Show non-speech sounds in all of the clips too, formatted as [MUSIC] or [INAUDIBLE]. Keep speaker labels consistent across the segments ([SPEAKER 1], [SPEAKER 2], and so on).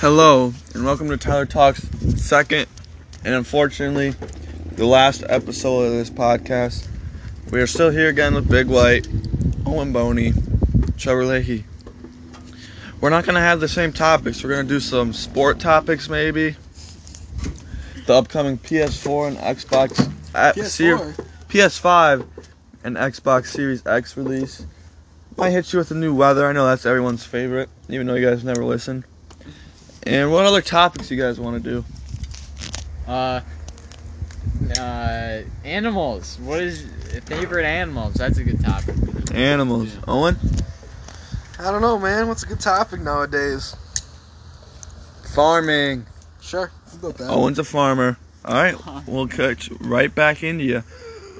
[SPEAKER 1] Hello, and welcome to Tyler Talks, second and unfortunately the last episode of this podcast. We are still here again with Big White, Owen Boney, Trevor Leahy. We're not going to have the same topics. We're going to do some sport topics, maybe. The upcoming PS4 and Xbox uh, ser- PS5 and Xbox Series X release. Might hit you with the new weather. I know that's everyone's favorite, even though you guys never listen. And what other topics you guys want to do?
[SPEAKER 2] Uh, uh, animals. What is favorite animals? That's a good topic.
[SPEAKER 1] Animals.
[SPEAKER 2] Yeah.
[SPEAKER 1] Owen?
[SPEAKER 3] I don't know, man. What's a good topic nowadays?
[SPEAKER 1] Farming.
[SPEAKER 3] Sure, we'll go with that.
[SPEAKER 1] Owen's a farmer. All right,
[SPEAKER 2] Huh.
[SPEAKER 1] we'll catch right back into you.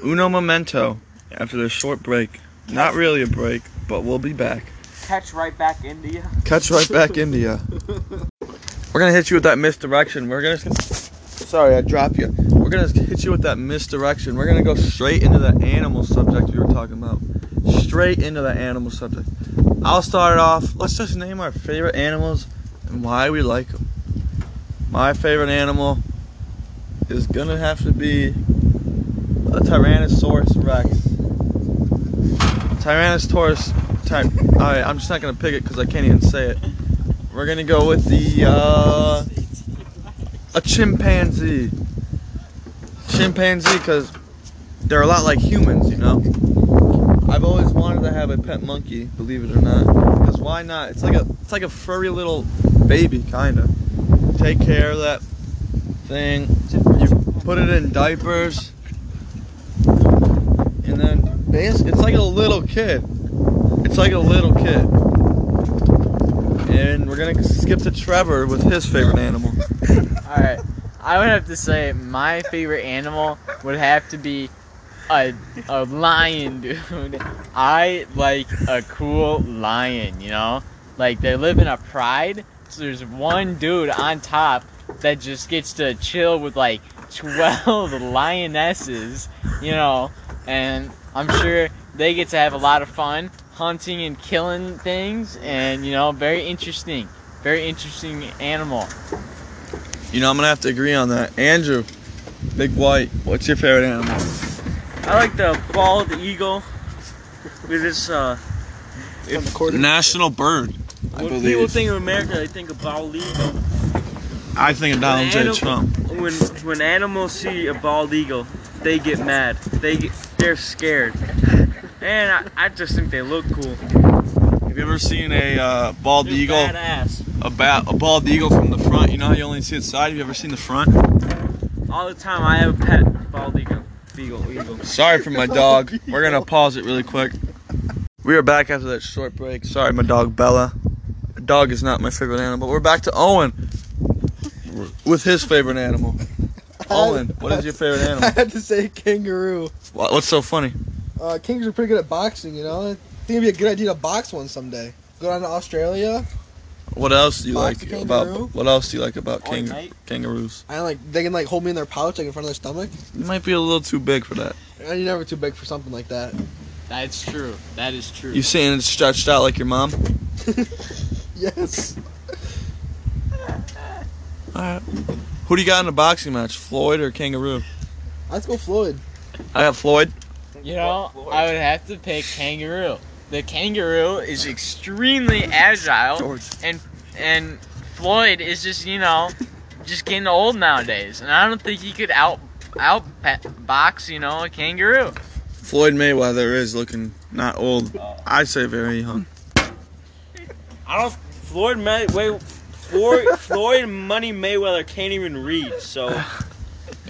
[SPEAKER 1] Uno momento after this short break. Not really a break, but we'll be back.
[SPEAKER 2] Catch right back into you.
[SPEAKER 1] Catch right back into you. We're gonna hit you with that misdirection. We're gonna. Sorry, I dropped you. We're gonna hit you with that misdirection. We're gonna go straight into the animal subject you were talking about. Straight into the animal subject. I'll start it off. Let's just name our favorite animals and why we like them. My favorite animal is gonna have to be a Tyrannosaurus Rex. Tyrannosaurus. Ty- All right, I'm just not gonna pick it because I can't even say it. We're gonna go with the uh, a chimpanzee. Chimpanzee, because they're a lot like humans, you know. I've always wanted to have a pet monkey, believe it or not. Because why not? It's like a it's like a furry little baby, kinda. Take care of that thing. You put it in diapers, and then bas- it's like a little kid. It's like a little kid. And we're gonna skip to Trevor with his favorite animal.
[SPEAKER 2] All right. I would have to say my favorite animal would have to be a, a lion, [LAUGHS] dude. I like a cool lion, you know? Like they live in a pride. So there's one dude on top that just gets to chill with like 12 [LAUGHS] lionesses, you know? And I'm sure they get to have a lot of fun hunting and killing things and you know, very interesting. Very interesting animal.
[SPEAKER 1] You know, I'm gonna have to agree on that. Andrew, Big White, what's your favorite animal?
[SPEAKER 4] I like the bald eagle because it's uh,
[SPEAKER 3] From the quarter.
[SPEAKER 1] National bird, I
[SPEAKER 4] when people
[SPEAKER 1] believe.
[SPEAKER 4] think of America, they think of bald eagle.
[SPEAKER 1] I think of Donald J.
[SPEAKER 4] Animal-
[SPEAKER 1] Trump.
[SPEAKER 4] When when animals see a bald eagle, they get mad. They get, they're scared, and I, I just think they look cool.
[SPEAKER 1] Have you ever seen a uh, bald
[SPEAKER 4] They're
[SPEAKER 1] eagle?
[SPEAKER 4] badass.
[SPEAKER 1] A, ba- a bald eagle from the front. You know how you only see its side. Have you ever seen the front?
[SPEAKER 4] All the time, I have a pet bald eagle. Beagle, eagle.
[SPEAKER 1] Sorry for my dog. We're gonna pause it really quick. We are back after that short break. Sorry, my dog Bella. Dog is not my favorite animal. We're back to Owen with his favorite animal. Owen, what is your favorite
[SPEAKER 3] [LAUGHS] I
[SPEAKER 1] animal?
[SPEAKER 3] had to say kangaroo.
[SPEAKER 1] Wha- What's so funny?
[SPEAKER 3] Uh, kangaroos are pretty good at boxing, you know. I think it'd be a good idea to box one someday. Go down to Australia.
[SPEAKER 1] What else do you
[SPEAKER 3] Box
[SPEAKER 1] like
[SPEAKER 3] a kangaroo?
[SPEAKER 1] about what else do you like about
[SPEAKER 4] Or
[SPEAKER 1] kang-
[SPEAKER 4] knight.
[SPEAKER 1] kangaroos?
[SPEAKER 3] I like they can like hold me in their pouch, like in front of their stomach.
[SPEAKER 1] You might be a little too big for that.
[SPEAKER 3] And you're never too big for something like that. [LAUGHS]
[SPEAKER 2] That's true. That is true.
[SPEAKER 1] You saying it's stretched out like your mom?
[SPEAKER 3] Yes.
[SPEAKER 1] All right. Who do you got in a boxing match? Floyd or kangaroo?
[SPEAKER 3] Let's go Floyd.
[SPEAKER 1] I got Floyd.
[SPEAKER 2] You know, I would have to pick kangaroo. The kangaroo is extremely agile,
[SPEAKER 1] George.
[SPEAKER 2] and Floyd is just you know, just getting old nowadays, and I don't think he could out out box you know a kangaroo.
[SPEAKER 1] Floyd Mayweather is looking not old. I say very young.
[SPEAKER 4] I don't. Floyd May, wait, Floyd, Floyd Money Mayweather can't even read, so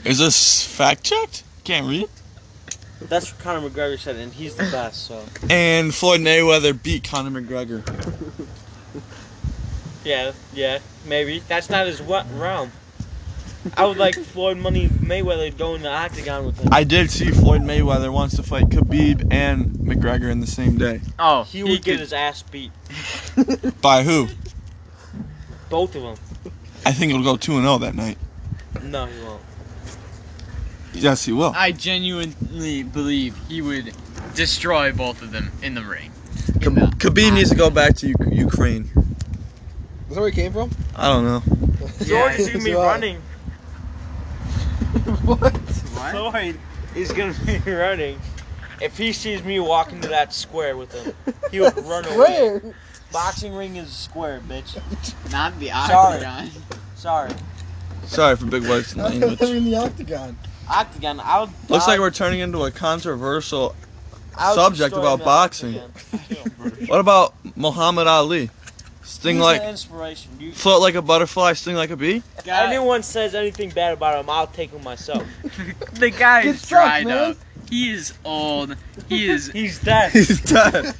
[SPEAKER 1] Is this fact checked? Can't read.
[SPEAKER 4] that's what Conor McGregor said, and he's the best. So
[SPEAKER 1] And Floyd Mayweather beat Conor McGregor.
[SPEAKER 4] Yeah, yeah, maybe. That's not his what realm. I would like Floyd Money Mayweather to go in the octagon with him.
[SPEAKER 1] I did see Floyd Mayweather wants to fight Khabib and McGregor in the same day.
[SPEAKER 2] Oh,
[SPEAKER 4] He would get his ass beat.
[SPEAKER 1] By who?
[SPEAKER 4] Both of them.
[SPEAKER 1] I think it'll go 2 and 0 that night.
[SPEAKER 4] No, he won't.
[SPEAKER 1] Yes, he will.
[SPEAKER 2] I genuinely believe he would destroy both of them in the ring.
[SPEAKER 1] Khabib needs to go back to U- Ukraine.
[SPEAKER 3] Is that where he came from?
[SPEAKER 1] I don't know.
[SPEAKER 3] [LAUGHS]
[SPEAKER 4] Zoid see me
[SPEAKER 3] So, uh,
[SPEAKER 4] running.
[SPEAKER 3] what?
[SPEAKER 4] Zoid is gonna be [LAUGHS] running. If he sees me walk into that square with him,
[SPEAKER 1] [LAUGHS]
[SPEAKER 4] he will run away.
[SPEAKER 3] Where?
[SPEAKER 4] Boxing ring is a square, bitch.
[SPEAKER 2] Not the
[SPEAKER 4] Sorry.
[SPEAKER 2] octagon.
[SPEAKER 4] Sorry.
[SPEAKER 1] Sorry for big words
[SPEAKER 3] [LAUGHS]
[SPEAKER 1] in
[SPEAKER 3] How come they're
[SPEAKER 1] language.
[SPEAKER 3] in the octagon?
[SPEAKER 4] Octagon. I would.
[SPEAKER 1] Looks
[SPEAKER 4] I
[SPEAKER 1] like
[SPEAKER 4] would-
[SPEAKER 1] we're turning into a controversial.
[SPEAKER 4] I would
[SPEAKER 1] subject
[SPEAKER 4] destroy
[SPEAKER 1] about
[SPEAKER 4] the
[SPEAKER 1] boxing.
[SPEAKER 4] [LAUGHS] octagon.
[SPEAKER 1] What about Muhammad Ali? Sting
[SPEAKER 4] He's
[SPEAKER 1] like,
[SPEAKER 4] an inspiration. You,
[SPEAKER 1] float like a butterfly, sting like a bee.
[SPEAKER 2] God,
[SPEAKER 4] anyone says anything bad about him, I'll take him myself.
[SPEAKER 2] the guy
[SPEAKER 3] Get
[SPEAKER 2] is
[SPEAKER 3] fucked,
[SPEAKER 2] dried
[SPEAKER 3] man.
[SPEAKER 2] up. He is old.
[SPEAKER 4] [LAUGHS]
[SPEAKER 2] He is.
[SPEAKER 4] He's
[SPEAKER 1] [LAUGHS]
[SPEAKER 4] dead. he
[SPEAKER 1] He's dead.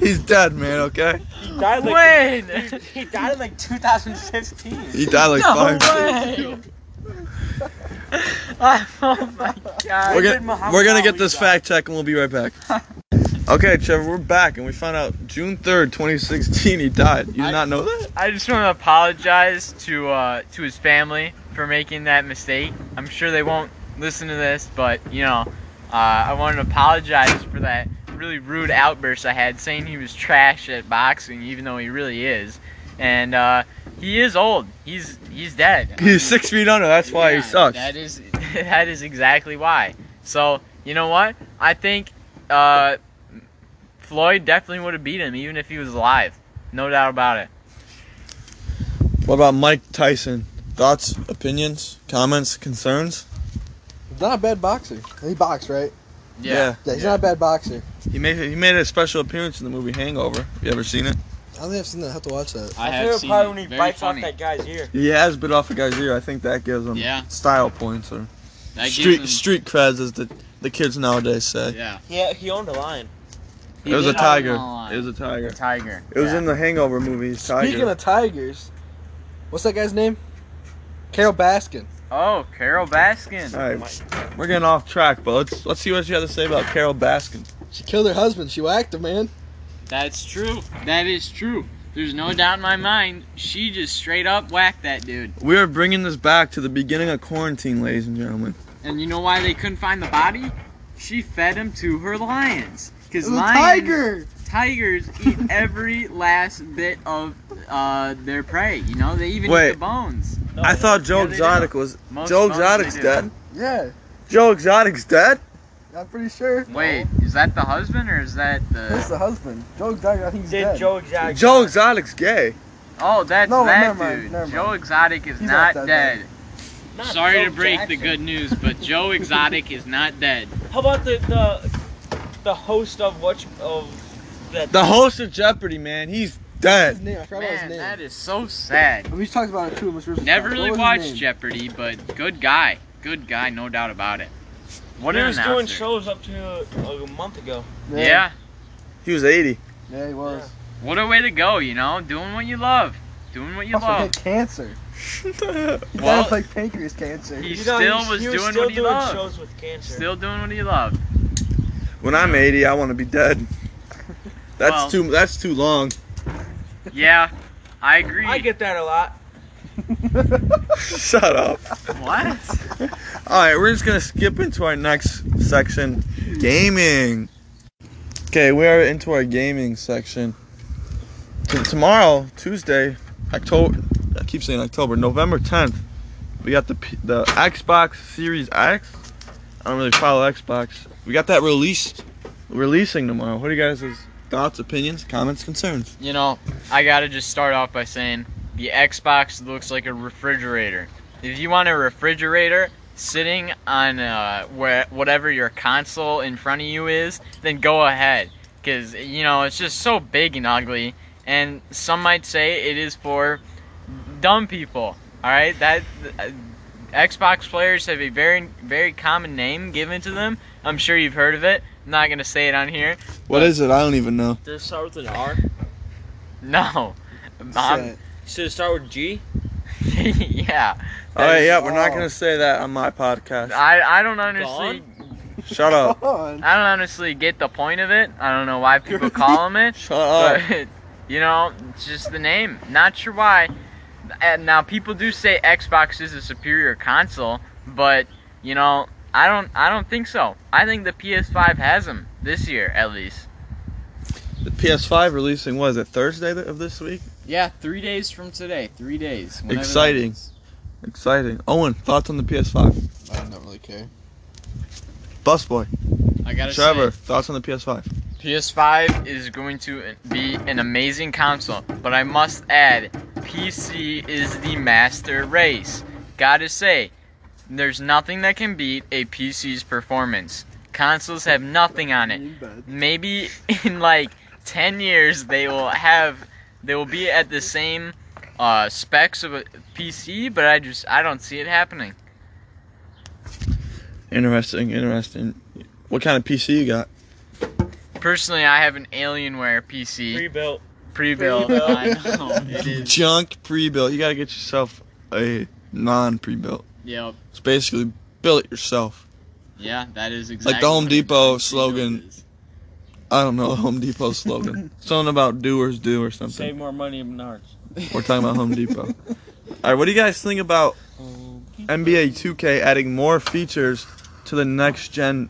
[SPEAKER 1] He's dead, man. Okay.
[SPEAKER 4] died like
[SPEAKER 2] when?
[SPEAKER 4] he died in like 2015.
[SPEAKER 1] He died like
[SPEAKER 2] No
[SPEAKER 1] five.
[SPEAKER 2] way. [LAUGHS] oh my
[SPEAKER 1] We're
[SPEAKER 2] god.
[SPEAKER 4] Where did
[SPEAKER 1] gonna
[SPEAKER 4] Muhammad
[SPEAKER 1] we're gonna
[SPEAKER 4] Ali
[SPEAKER 1] get this
[SPEAKER 4] die?
[SPEAKER 1] fact check and we'll be right
[SPEAKER 2] [LAUGHS]
[SPEAKER 1] back. Okay, Trevor, we're back and we found out June third, 2016, he died. You did
[SPEAKER 2] I-
[SPEAKER 1] not know that?
[SPEAKER 2] I just want to apologize to uh, to his family for making that mistake. I'm sure they won't listen to this, but you know, uh, I want to apologize for that really rude outburst I had, saying he was trash at boxing, even though he really is. And uh, he is old. He's he's dead. I mean,
[SPEAKER 1] He's six feet under. That's why
[SPEAKER 2] yeah,
[SPEAKER 1] he sucks.
[SPEAKER 2] That is [LAUGHS] that is exactly why. So you know what? I think uh, Floyd definitely would have beat him, even if he was alive. No doubt about it.
[SPEAKER 1] What about Mike Tyson? Thoughts, opinions, comments, concerns?
[SPEAKER 3] He's not a bad boxer. He boxed, right? Yeah, he's
[SPEAKER 1] Yeah.
[SPEAKER 3] not a bad boxer.
[SPEAKER 1] He made he made a special appearance in the movie Hangover. You ever seen it?
[SPEAKER 3] I don't think I've seen that. I have to watch that.
[SPEAKER 4] I feel probably when he bites off that guy's ear.
[SPEAKER 1] He has bit off a guy's ear. I think that gives him
[SPEAKER 2] Yeah.
[SPEAKER 1] style points or street street creds, as the the kids nowadays say.
[SPEAKER 2] yeah.
[SPEAKER 4] Yeah, he owned a lion.
[SPEAKER 1] It was a
[SPEAKER 2] did own
[SPEAKER 1] tiger.
[SPEAKER 2] a lion.
[SPEAKER 1] It was a tiger.
[SPEAKER 2] Tiger.
[SPEAKER 1] It was
[SPEAKER 2] yeah.
[SPEAKER 1] in the Hangover movies. Tiger.
[SPEAKER 3] Speaking of tigers, what's that guy's name? Carol Baskin.
[SPEAKER 2] Oh, Carol Baskin.
[SPEAKER 1] All right, we're getting off track, but let's let's see what you have to say about Carol Baskin.
[SPEAKER 3] She killed her husband. She whacked him, man.
[SPEAKER 2] That's true. That is true. There's no doubt in my mind. She just straight up whacked that dude.
[SPEAKER 1] We are bringing this back to the beginning of quarantine, ladies and gentlemen.
[SPEAKER 2] And you know why they couldn't find the body? She fed him to her lions.
[SPEAKER 3] It
[SPEAKER 2] Because
[SPEAKER 3] was a
[SPEAKER 2] lions,
[SPEAKER 3] tiger.
[SPEAKER 2] tigers eat
[SPEAKER 3] [LAUGHS]
[SPEAKER 2] every last bit of uh, their prey. You know, they even
[SPEAKER 1] Wait.
[SPEAKER 2] eat the bones.
[SPEAKER 1] I thought Joe
[SPEAKER 2] Yeah, they
[SPEAKER 1] Exotic
[SPEAKER 2] do.
[SPEAKER 1] was
[SPEAKER 2] Most
[SPEAKER 1] Joe
[SPEAKER 2] bones
[SPEAKER 1] Exotic's
[SPEAKER 2] they do.
[SPEAKER 1] dead.
[SPEAKER 3] Yeah,
[SPEAKER 1] Joe Exotic's dead.
[SPEAKER 3] I'm pretty sure.
[SPEAKER 2] Wait, is that the husband or is that
[SPEAKER 3] That's [LAUGHS]
[SPEAKER 2] the?
[SPEAKER 3] the husband. Joe Exotic. I think he's
[SPEAKER 4] Did
[SPEAKER 3] dead.
[SPEAKER 4] Joe Exotic?
[SPEAKER 1] Joe Exotic's gay.
[SPEAKER 2] Oh, that's
[SPEAKER 3] No,
[SPEAKER 2] that
[SPEAKER 3] never mind,
[SPEAKER 2] dude.
[SPEAKER 3] never
[SPEAKER 2] Joe
[SPEAKER 3] mind.
[SPEAKER 2] Exotic is
[SPEAKER 3] He's
[SPEAKER 2] not
[SPEAKER 3] not
[SPEAKER 2] dead.
[SPEAKER 3] dead,
[SPEAKER 4] Not
[SPEAKER 2] Sorry
[SPEAKER 4] Joe
[SPEAKER 2] to break the
[SPEAKER 4] Jackson.
[SPEAKER 2] good news,
[SPEAKER 3] [LAUGHS]
[SPEAKER 2] but Joe Exotic is not dead.
[SPEAKER 4] How about the the, the host of what of that?
[SPEAKER 1] The host of Jeopardy, man, he's
[SPEAKER 3] His
[SPEAKER 1] dead.
[SPEAKER 3] name. I forgot about
[SPEAKER 2] Man,
[SPEAKER 3] his name.
[SPEAKER 2] that is so sad.
[SPEAKER 3] we talked about it too. Mr. Rosenstock.
[SPEAKER 2] Never
[SPEAKER 3] What
[SPEAKER 2] really
[SPEAKER 3] was his
[SPEAKER 2] watched
[SPEAKER 3] name?
[SPEAKER 2] Jeopardy, but good guy, good guy, no doubt about it. What
[SPEAKER 4] he
[SPEAKER 2] an
[SPEAKER 4] was doing
[SPEAKER 2] announcer.
[SPEAKER 4] shows up to a, a month ago.
[SPEAKER 2] Yeah,
[SPEAKER 1] He was 80.
[SPEAKER 3] Yeah, he was.
[SPEAKER 2] what a way to go, you know, doing what you love, doing what you
[SPEAKER 3] Also
[SPEAKER 2] love.
[SPEAKER 3] had cancer. He
[SPEAKER 2] Well-
[SPEAKER 3] died of like pancreas cancer. [LAUGHS]
[SPEAKER 2] He
[SPEAKER 4] You know,
[SPEAKER 2] still
[SPEAKER 4] he's-
[SPEAKER 2] was
[SPEAKER 4] he
[SPEAKER 2] doing
[SPEAKER 4] still
[SPEAKER 2] what he
[SPEAKER 4] doing
[SPEAKER 2] loved.
[SPEAKER 4] shows with cancer.
[SPEAKER 2] Still doing what he loved.
[SPEAKER 1] [LAUGHS] when I'm 80, I want to be dead. That's
[SPEAKER 2] Well-
[SPEAKER 1] too that's too long. [LAUGHS]
[SPEAKER 2] Yeah, I agree.
[SPEAKER 4] I get that a lot.
[SPEAKER 1] Shut up.
[SPEAKER 2] what?
[SPEAKER 1] All right, we're just gonna skip into our next section, gaming. Okay, we are into our gaming section. T- tomorrow, Tuesday, October. I keep saying October, November 10th. We got the P- the Xbox Series X. I don't really follow Xbox. We got that released, releasing tomorrow. What are you guys' thoughts, opinions, comments, concerns?
[SPEAKER 2] You know, I gotta just start off by saying the Xbox looks like a refrigerator. If you want a refrigerator sitting on uh, where whatever your console in front of you is, then go ahead, because you know it's just so big and ugly. And some might say it is for dumb people. All right, that uh, Xbox players have a very very common name given to them. I'm sure you've heard of it. I'm not gonna say it on here.
[SPEAKER 1] What is it? I don't even know.
[SPEAKER 4] Does it start with an R?
[SPEAKER 2] [LAUGHS] No. I'm-
[SPEAKER 3] Shit.
[SPEAKER 4] Should it start with G?
[SPEAKER 2] [LAUGHS] yeah.
[SPEAKER 1] All right, yeah,
[SPEAKER 3] is
[SPEAKER 1] we're not
[SPEAKER 3] wrong.
[SPEAKER 1] gonna say that on my podcast.
[SPEAKER 2] I, I don't honestly
[SPEAKER 1] Shut
[SPEAKER 2] oh.
[SPEAKER 1] up.
[SPEAKER 3] Come on.
[SPEAKER 2] I don't honestly get the point of it. I don't know [LAUGHS] why people call
[SPEAKER 1] [LAUGHS]
[SPEAKER 2] him it.
[SPEAKER 1] Shut up.
[SPEAKER 2] But, [LAUGHS] you know, it's just the name. Not sure why. And now people do say Xbox is a superior console, but you know, I don't I don't think so. I think the PS5 has them this year at least.
[SPEAKER 1] The PS5 releasing was it Thursday th- of this week?
[SPEAKER 2] Yeah, three days from today. Three days. whenever that
[SPEAKER 1] Exciting.
[SPEAKER 2] is.
[SPEAKER 1] Exciting. Owen, thoughts on the PS5?
[SPEAKER 3] I don't really care.
[SPEAKER 1] Busboy.
[SPEAKER 2] I gotta
[SPEAKER 1] Trevor,
[SPEAKER 2] say,
[SPEAKER 1] thoughts on the PS5?
[SPEAKER 2] PS5 is going to be an amazing console, but I must add, PC is the master race. Gotta say, there's nothing that can beat a PC's performance. Consoles have nothing on it. maybe [LAUGHS] in like 10 years they will have they will be at the same uh, specs of a PC, but I just I don't see it happening.
[SPEAKER 1] Interesting, interesting. What kind of PC you got?
[SPEAKER 2] Personally, I have an Alienware PC
[SPEAKER 4] Rebuilt.
[SPEAKER 2] pre-built.
[SPEAKER 4] Pre-built.
[SPEAKER 2] I know [LAUGHS] it is.
[SPEAKER 1] Junk pre-built. You gotta get yourself a non-pre-built.
[SPEAKER 2] Yep.
[SPEAKER 1] It's basically build it yourself.
[SPEAKER 2] Yeah, that is exactly
[SPEAKER 1] Home
[SPEAKER 2] what a
[SPEAKER 1] Depot
[SPEAKER 2] non-pre-built
[SPEAKER 1] slogan.
[SPEAKER 2] is.
[SPEAKER 1] I don't know [LAUGHS] Home Depot
[SPEAKER 2] [LAUGHS]
[SPEAKER 1] slogan. Something about doers do or something.
[SPEAKER 4] Save more money in ours.
[SPEAKER 1] We're talking about Home
[SPEAKER 2] [LAUGHS]
[SPEAKER 1] Depot. All right, what do you guys think about NBA 2K adding more features to the next gen,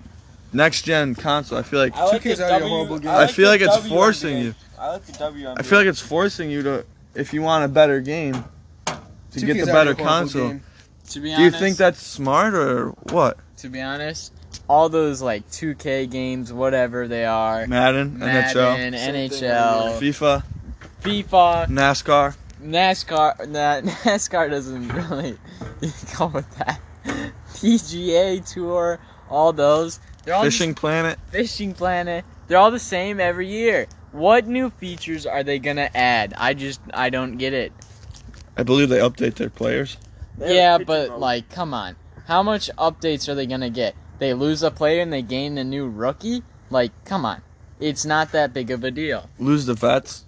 [SPEAKER 1] next gen console? I feel like
[SPEAKER 3] like the W- I
[SPEAKER 1] I feel like it's forcing you.
[SPEAKER 4] I like the W.
[SPEAKER 1] I feel like it's forcing you to, if you want a better game, to get the better console.
[SPEAKER 2] To be
[SPEAKER 1] Do you
[SPEAKER 2] honest,
[SPEAKER 1] think that's smart or what?
[SPEAKER 2] to be honest, all those like 2K games, whatever they are,
[SPEAKER 1] Madden,
[SPEAKER 3] Same
[SPEAKER 2] Madden,
[SPEAKER 3] thing
[SPEAKER 1] NHL,
[SPEAKER 2] NHL,
[SPEAKER 1] FIFA,
[SPEAKER 2] FIFA,
[SPEAKER 1] NASCAR.
[SPEAKER 2] NASCAR, nah, [LAUGHS] NASCAR doesn't really [LAUGHS] go with that. PGA Tour, all those. They're all
[SPEAKER 1] Fishing Planet.
[SPEAKER 2] Just fishing Planet. They're all the same every year. What new features are they gonna add? I just I don't get it.
[SPEAKER 1] I believe they update their players.
[SPEAKER 2] yeah, but like, come on. How much updates are they gonna get? They lose a player and they gain a new rookie. Like, come on. It's not that big of a deal.
[SPEAKER 1] Lose the vets.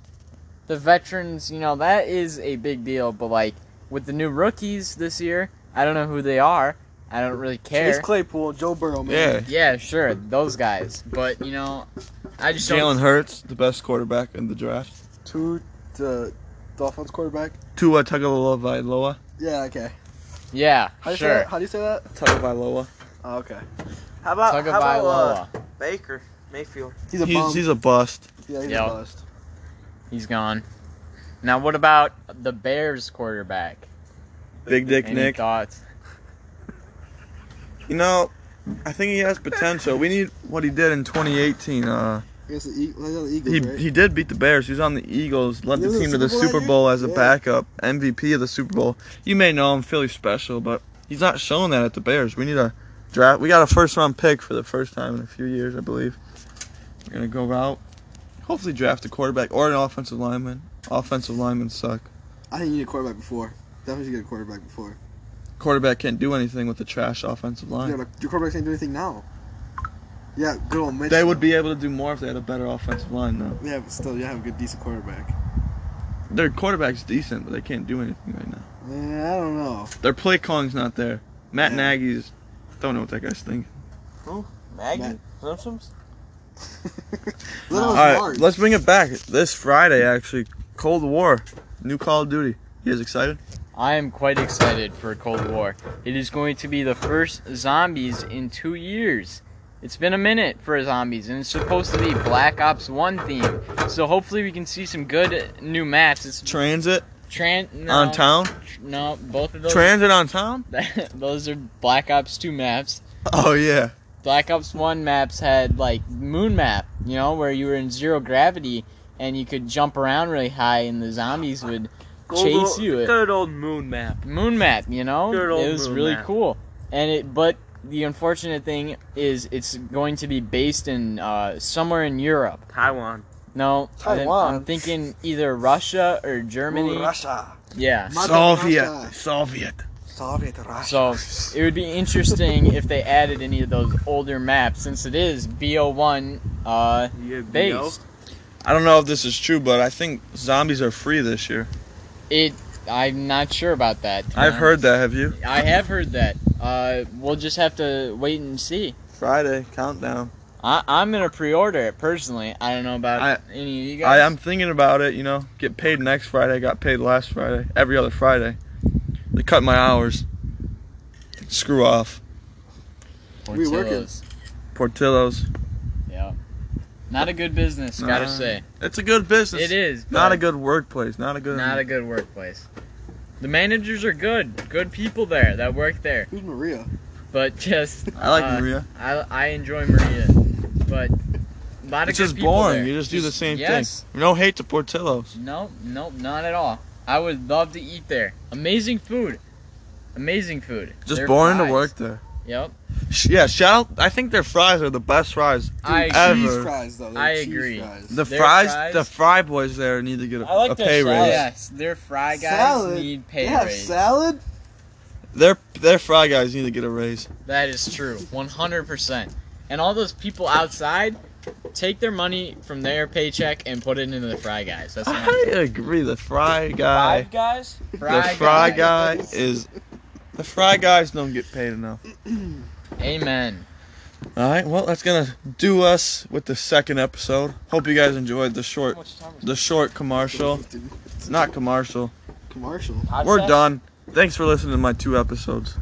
[SPEAKER 2] the veterans, you know, that is a big deal. But like with the new rookies this year, I don't know who they are. I don't really
[SPEAKER 3] Chase
[SPEAKER 2] care.
[SPEAKER 3] Claypool, Joe Burrow, man.
[SPEAKER 1] Yeah.
[SPEAKER 2] Yeah, sure, those guys. But you know, I just
[SPEAKER 1] Jalen
[SPEAKER 2] don't.
[SPEAKER 1] Hurts, the best quarterback in the draft.
[SPEAKER 3] Two to Dolphins quarterback.
[SPEAKER 1] Tua Tagovailoa.
[SPEAKER 3] Yeah, okay.
[SPEAKER 2] Yeah,
[SPEAKER 3] How do you say
[SPEAKER 2] sure.
[SPEAKER 3] that? How do you say that?
[SPEAKER 1] Tagovailoa.
[SPEAKER 3] Oh, okay.
[SPEAKER 4] How about, how about uh,
[SPEAKER 2] Tagovailoa,
[SPEAKER 4] Baker Mayfield?
[SPEAKER 3] He's a
[SPEAKER 1] He's,
[SPEAKER 3] bum.
[SPEAKER 1] he's a bust.
[SPEAKER 3] yeah, he's
[SPEAKER 2] Yeah.
[SPEAKER 3] a bust.
[SPEAKER 2] he's gone. Now, what about the Bears quarterback?
[SPEAKER 1] Big Dick
[SPEAKER 2] Any
[SPEAKER 1] Nick.
[SPEAKER 2] thoughts?
[SPEAKER 1] You know, I think he has potential. We need what he did in 2018. Uh,
[SPEAKER 3] Against the Eagles, the Eagles
[SPEAKER 1] he
[SPEAKER 3] right?
[SPEAKER 1] he did beat the Bears. He was on the Eagles. Led
[SPEAKER 3] He
[SPEAKER 1] the
[SPEAKER 3] was
[SPEAKER 1] team
[SPEAKER 3] in
[SPEAKER 1] to the Super Bowl as a
[SPEAKER 3] Yeah.
[SPEAKER 1] backup, MVP of the Super Bowl. You may know him, Philly special, but he's not showing that at the Bears. We need a draft. We got a first round pick for the first time in a few years, I believe. We're gonna go out. Hopefully, draft a quarterback or an offensive lineman. Offensive linemen suck.
[SPEAKER 3] I think you need a quarterback before. Definitely get a quarterback before.
[SPEAKER 1] Quarterback can't do anything with a trash offensive line.
[SPEAKER 3] Yeah, but your quarterback can't do anything now. Yeah, good old Mitch.
[SPEAKER 1] They would be able to do more if they had a better offensive line, though.
[SPEAKER 3] Yeah, but still, you have a good, decent quarterback.
[SPEAKER 1] Their quarterback's decent, but they can't do anything right now.
[SPEAKER 3] Yeah, I don't know.
[SPEAKER 1] Their play calling's not there. Matt
[SPEAKER 3] Yeah.
[SPEAKER 1] Nagy's don't know what that guy's thinking.
[SPEAKER 3] Matt.
[SPEAKER 4] Simpsons?
[SPEAKER 3] Little
[SPEAKER 1] All
[SPEAKER 3] right,
[SPEAKER 1] right, let's bring it back this Friday. Actually, Cold War, new Call of Duty. You guys excited?
[SPEAKER 2] I am quite excited for Cold War. It is going to be the first zombies in two years. It's been a minute for zombies, and it's supposed to be Black Ops 1 theme. So hopefully we can see some good new maps. It's
[SPEAKER 1] Transit
[SPEAKER 2] Tran no,
[SPEAKER 1] on town.
[SPEAKER 2] tr- No, both of those.
[SPEAKER 1] Transit on town.
[SPEAKER 2] [LAUGHS] those are Black Ops 2 maps.
[SPEAKER 1] Oh yeah.
[SPEAKER 2] Black Ops 1 maps had like moon map, you know, where you were in zero gravity and you could jump around really high, and the zombies would chase you.
[SPEAKER 4] Good old moon map.
[SPEAKER 2] moon map you know
[SPEAKER 4] Good old
[SPEAKER 2] it was
[SPEAKER 4] moon
[SPEAKER 2] really
[SPEAKER 4] map.
[SPEAKER 2] cool and it but the unfortunate thing is it's going to be based in uh, somewhere in europe
[SPEAKER 4] Taiwan.
[SPEAKER 2] no I- i'm
[SPEAKER 3] Taiwan.
[SPEAKER 2] thinking either russia or germany
[SPEAKER 3] Russia.
[SPEAKER 2] yeah
[SPEAKER 3] Mother
[SPEAKER 1] Soviet.
[SPEAKER 3] Russia.
[SPEAKER 1] Soviet.
[SPEAKER 3] Soviet Russia.
[SPEAKER 2] so it would be interesting if they added any of those older maps since it is bo1 uh,
[SPEAKER 4] You
[SPEAKER 2] based
[SPEAKER 1] I don't know if this is true, but I think zombies are free this year.
[SPEAKER 2] it i'm not sure about that to be
[SPEAKER 1] I've
[SPEAKER 2] honest.
[SPEAKER 1] heard that. Have you?
[SPEAKER 2] i have heard that uh, we'll just have to wait and see
[SPEAKER 1] Friday countdown.
[SPEAKER 2] I, I'm gonna pre-order it personally. I don't know about
[SPEAKER 1] I-
[SPEAKER 2] any of you
[SPEAKER 1] I,
[SPEAKER 2] guys.
[SPEAKER 1] I'm thinking about it, you know. Get paid next Friday. Got paid last Friday. Every other Friday. They cut my hours. Screw off.
[SPEAKER 3] We working.
[SPEAKER 2] Portillo's.
[SPEAKER 1] Portillo's.
[SPEAKER 2] Yeah. Not a good business, gotta
[SPEAKER 1] Nah.
[SPEAKER 2] say.
[SPEAKER 1] It's a good business.
[SPEAKER 2] It is.
[SPEAKER 1] Not
[SPEAKER 2] but
[SPEAKER 1] a good workplace. Not a good.
[SPEAKER 2] Not a good workplace. The managers are good, good people there that work there,
[SPEAKER 3] Who's Maria?
[SPEAKER 2] but just
[SPEAKER 1] [LAUGHS] I like
[SPEAKER 2] uh,
[SPEAKER 1] Maria.
[SPEAKER 2] I, I enjoy Maria, but a lot of
[SPEAKER 1] It's
[SPEAKER 2] good
[SPEAKER 1] just
[SPEAKER 2] people
[SPEAKER 1] boring.
[SPEAKER 2] there.
[SPEAKER 1] You just do the same
[SPEAKER 2] yes.
[SPEAKER 1] thing. No hate to Portillo's.
[SPEAKER 2] No, no, not at all. I would love to eat there. Amazing food, amazing food.
[SPEAKER 1] Just
[SPEAKER 2] Their
[SPEAKER 1] boring
[SPEAKER 2] fries.
[SPEAKER 1] to work there.
[SPEAKER 2] Yep,
[SPEAKER 1] Sh- Yeah, shout out. I think their fries are the best fries.
[SPEAKER 2] I
[SPEAKER 1] Dude,
[SPEAKER 2] agree.
[SPEAKER 1] Ever.
[SPEAKER 3] Cheese fries though. they're
[SPEAKER 2] I
[SPEAKER 3] cheese
[SPEAKER 2] agree.
[SPEAKER 3] fries.
[SPEAKER 1] The
[SPEAKER 2] Their
[SPEAKER 1] fries,
[SPEAKER 2] fries-
[SPEAKER 1] the fry boys there need to get a,
[SPEAKER 5] I like
[SPEAKER 1] a
[SPEAKER 5] their
[SPEAKER 1] pay raise.
[SPEAKER 5] salad.
[SPEAKER 2] yes, their fry guys
[SPEAKER 3] Salad?
[SPEAKER 2] need
[SPEAKER 3] They
[SPEAKER 2] pay
[SPEAKER 3] have
[SPEAKER 2] raise.
[SPEAKER 3] salad.
[SPEAKER 1] Their their fry guys need to get a raise.
[SPEAKER 2] That is true, 100%. And all those people outside take their money from their paycheck and put it into the fry guys. That's what I'm
[SPEAKER 1] I agree. The fry guy,
[SPEAKER 5] Five guys?
[SPEAKER 1] the
[SPEAKER 2] Fry
[SPEAKER 1] fry
[SPEAKER 2] guy.
[SPEAKER 1] guy is, the fry guys don't get paid enough.
[SPEAKER 2] Amen.
[SPEAKER 1] All right, well that's gonna do us with the second episode. Hope you guys enjoyed the
[SPEAKER 5] How
[SPEAKER 1] short,
[SPEAKER 5] much time is
[SPEAKER 1] the short commercial. Not commercial.
[SPEAKER 3] Commercial.
[SPEAKER 5] it?
[SPEAKER 1] We're
[SPEAKER 5] Podcast?
[SPEAKER 1] done. Thanks for listening to my two episodes.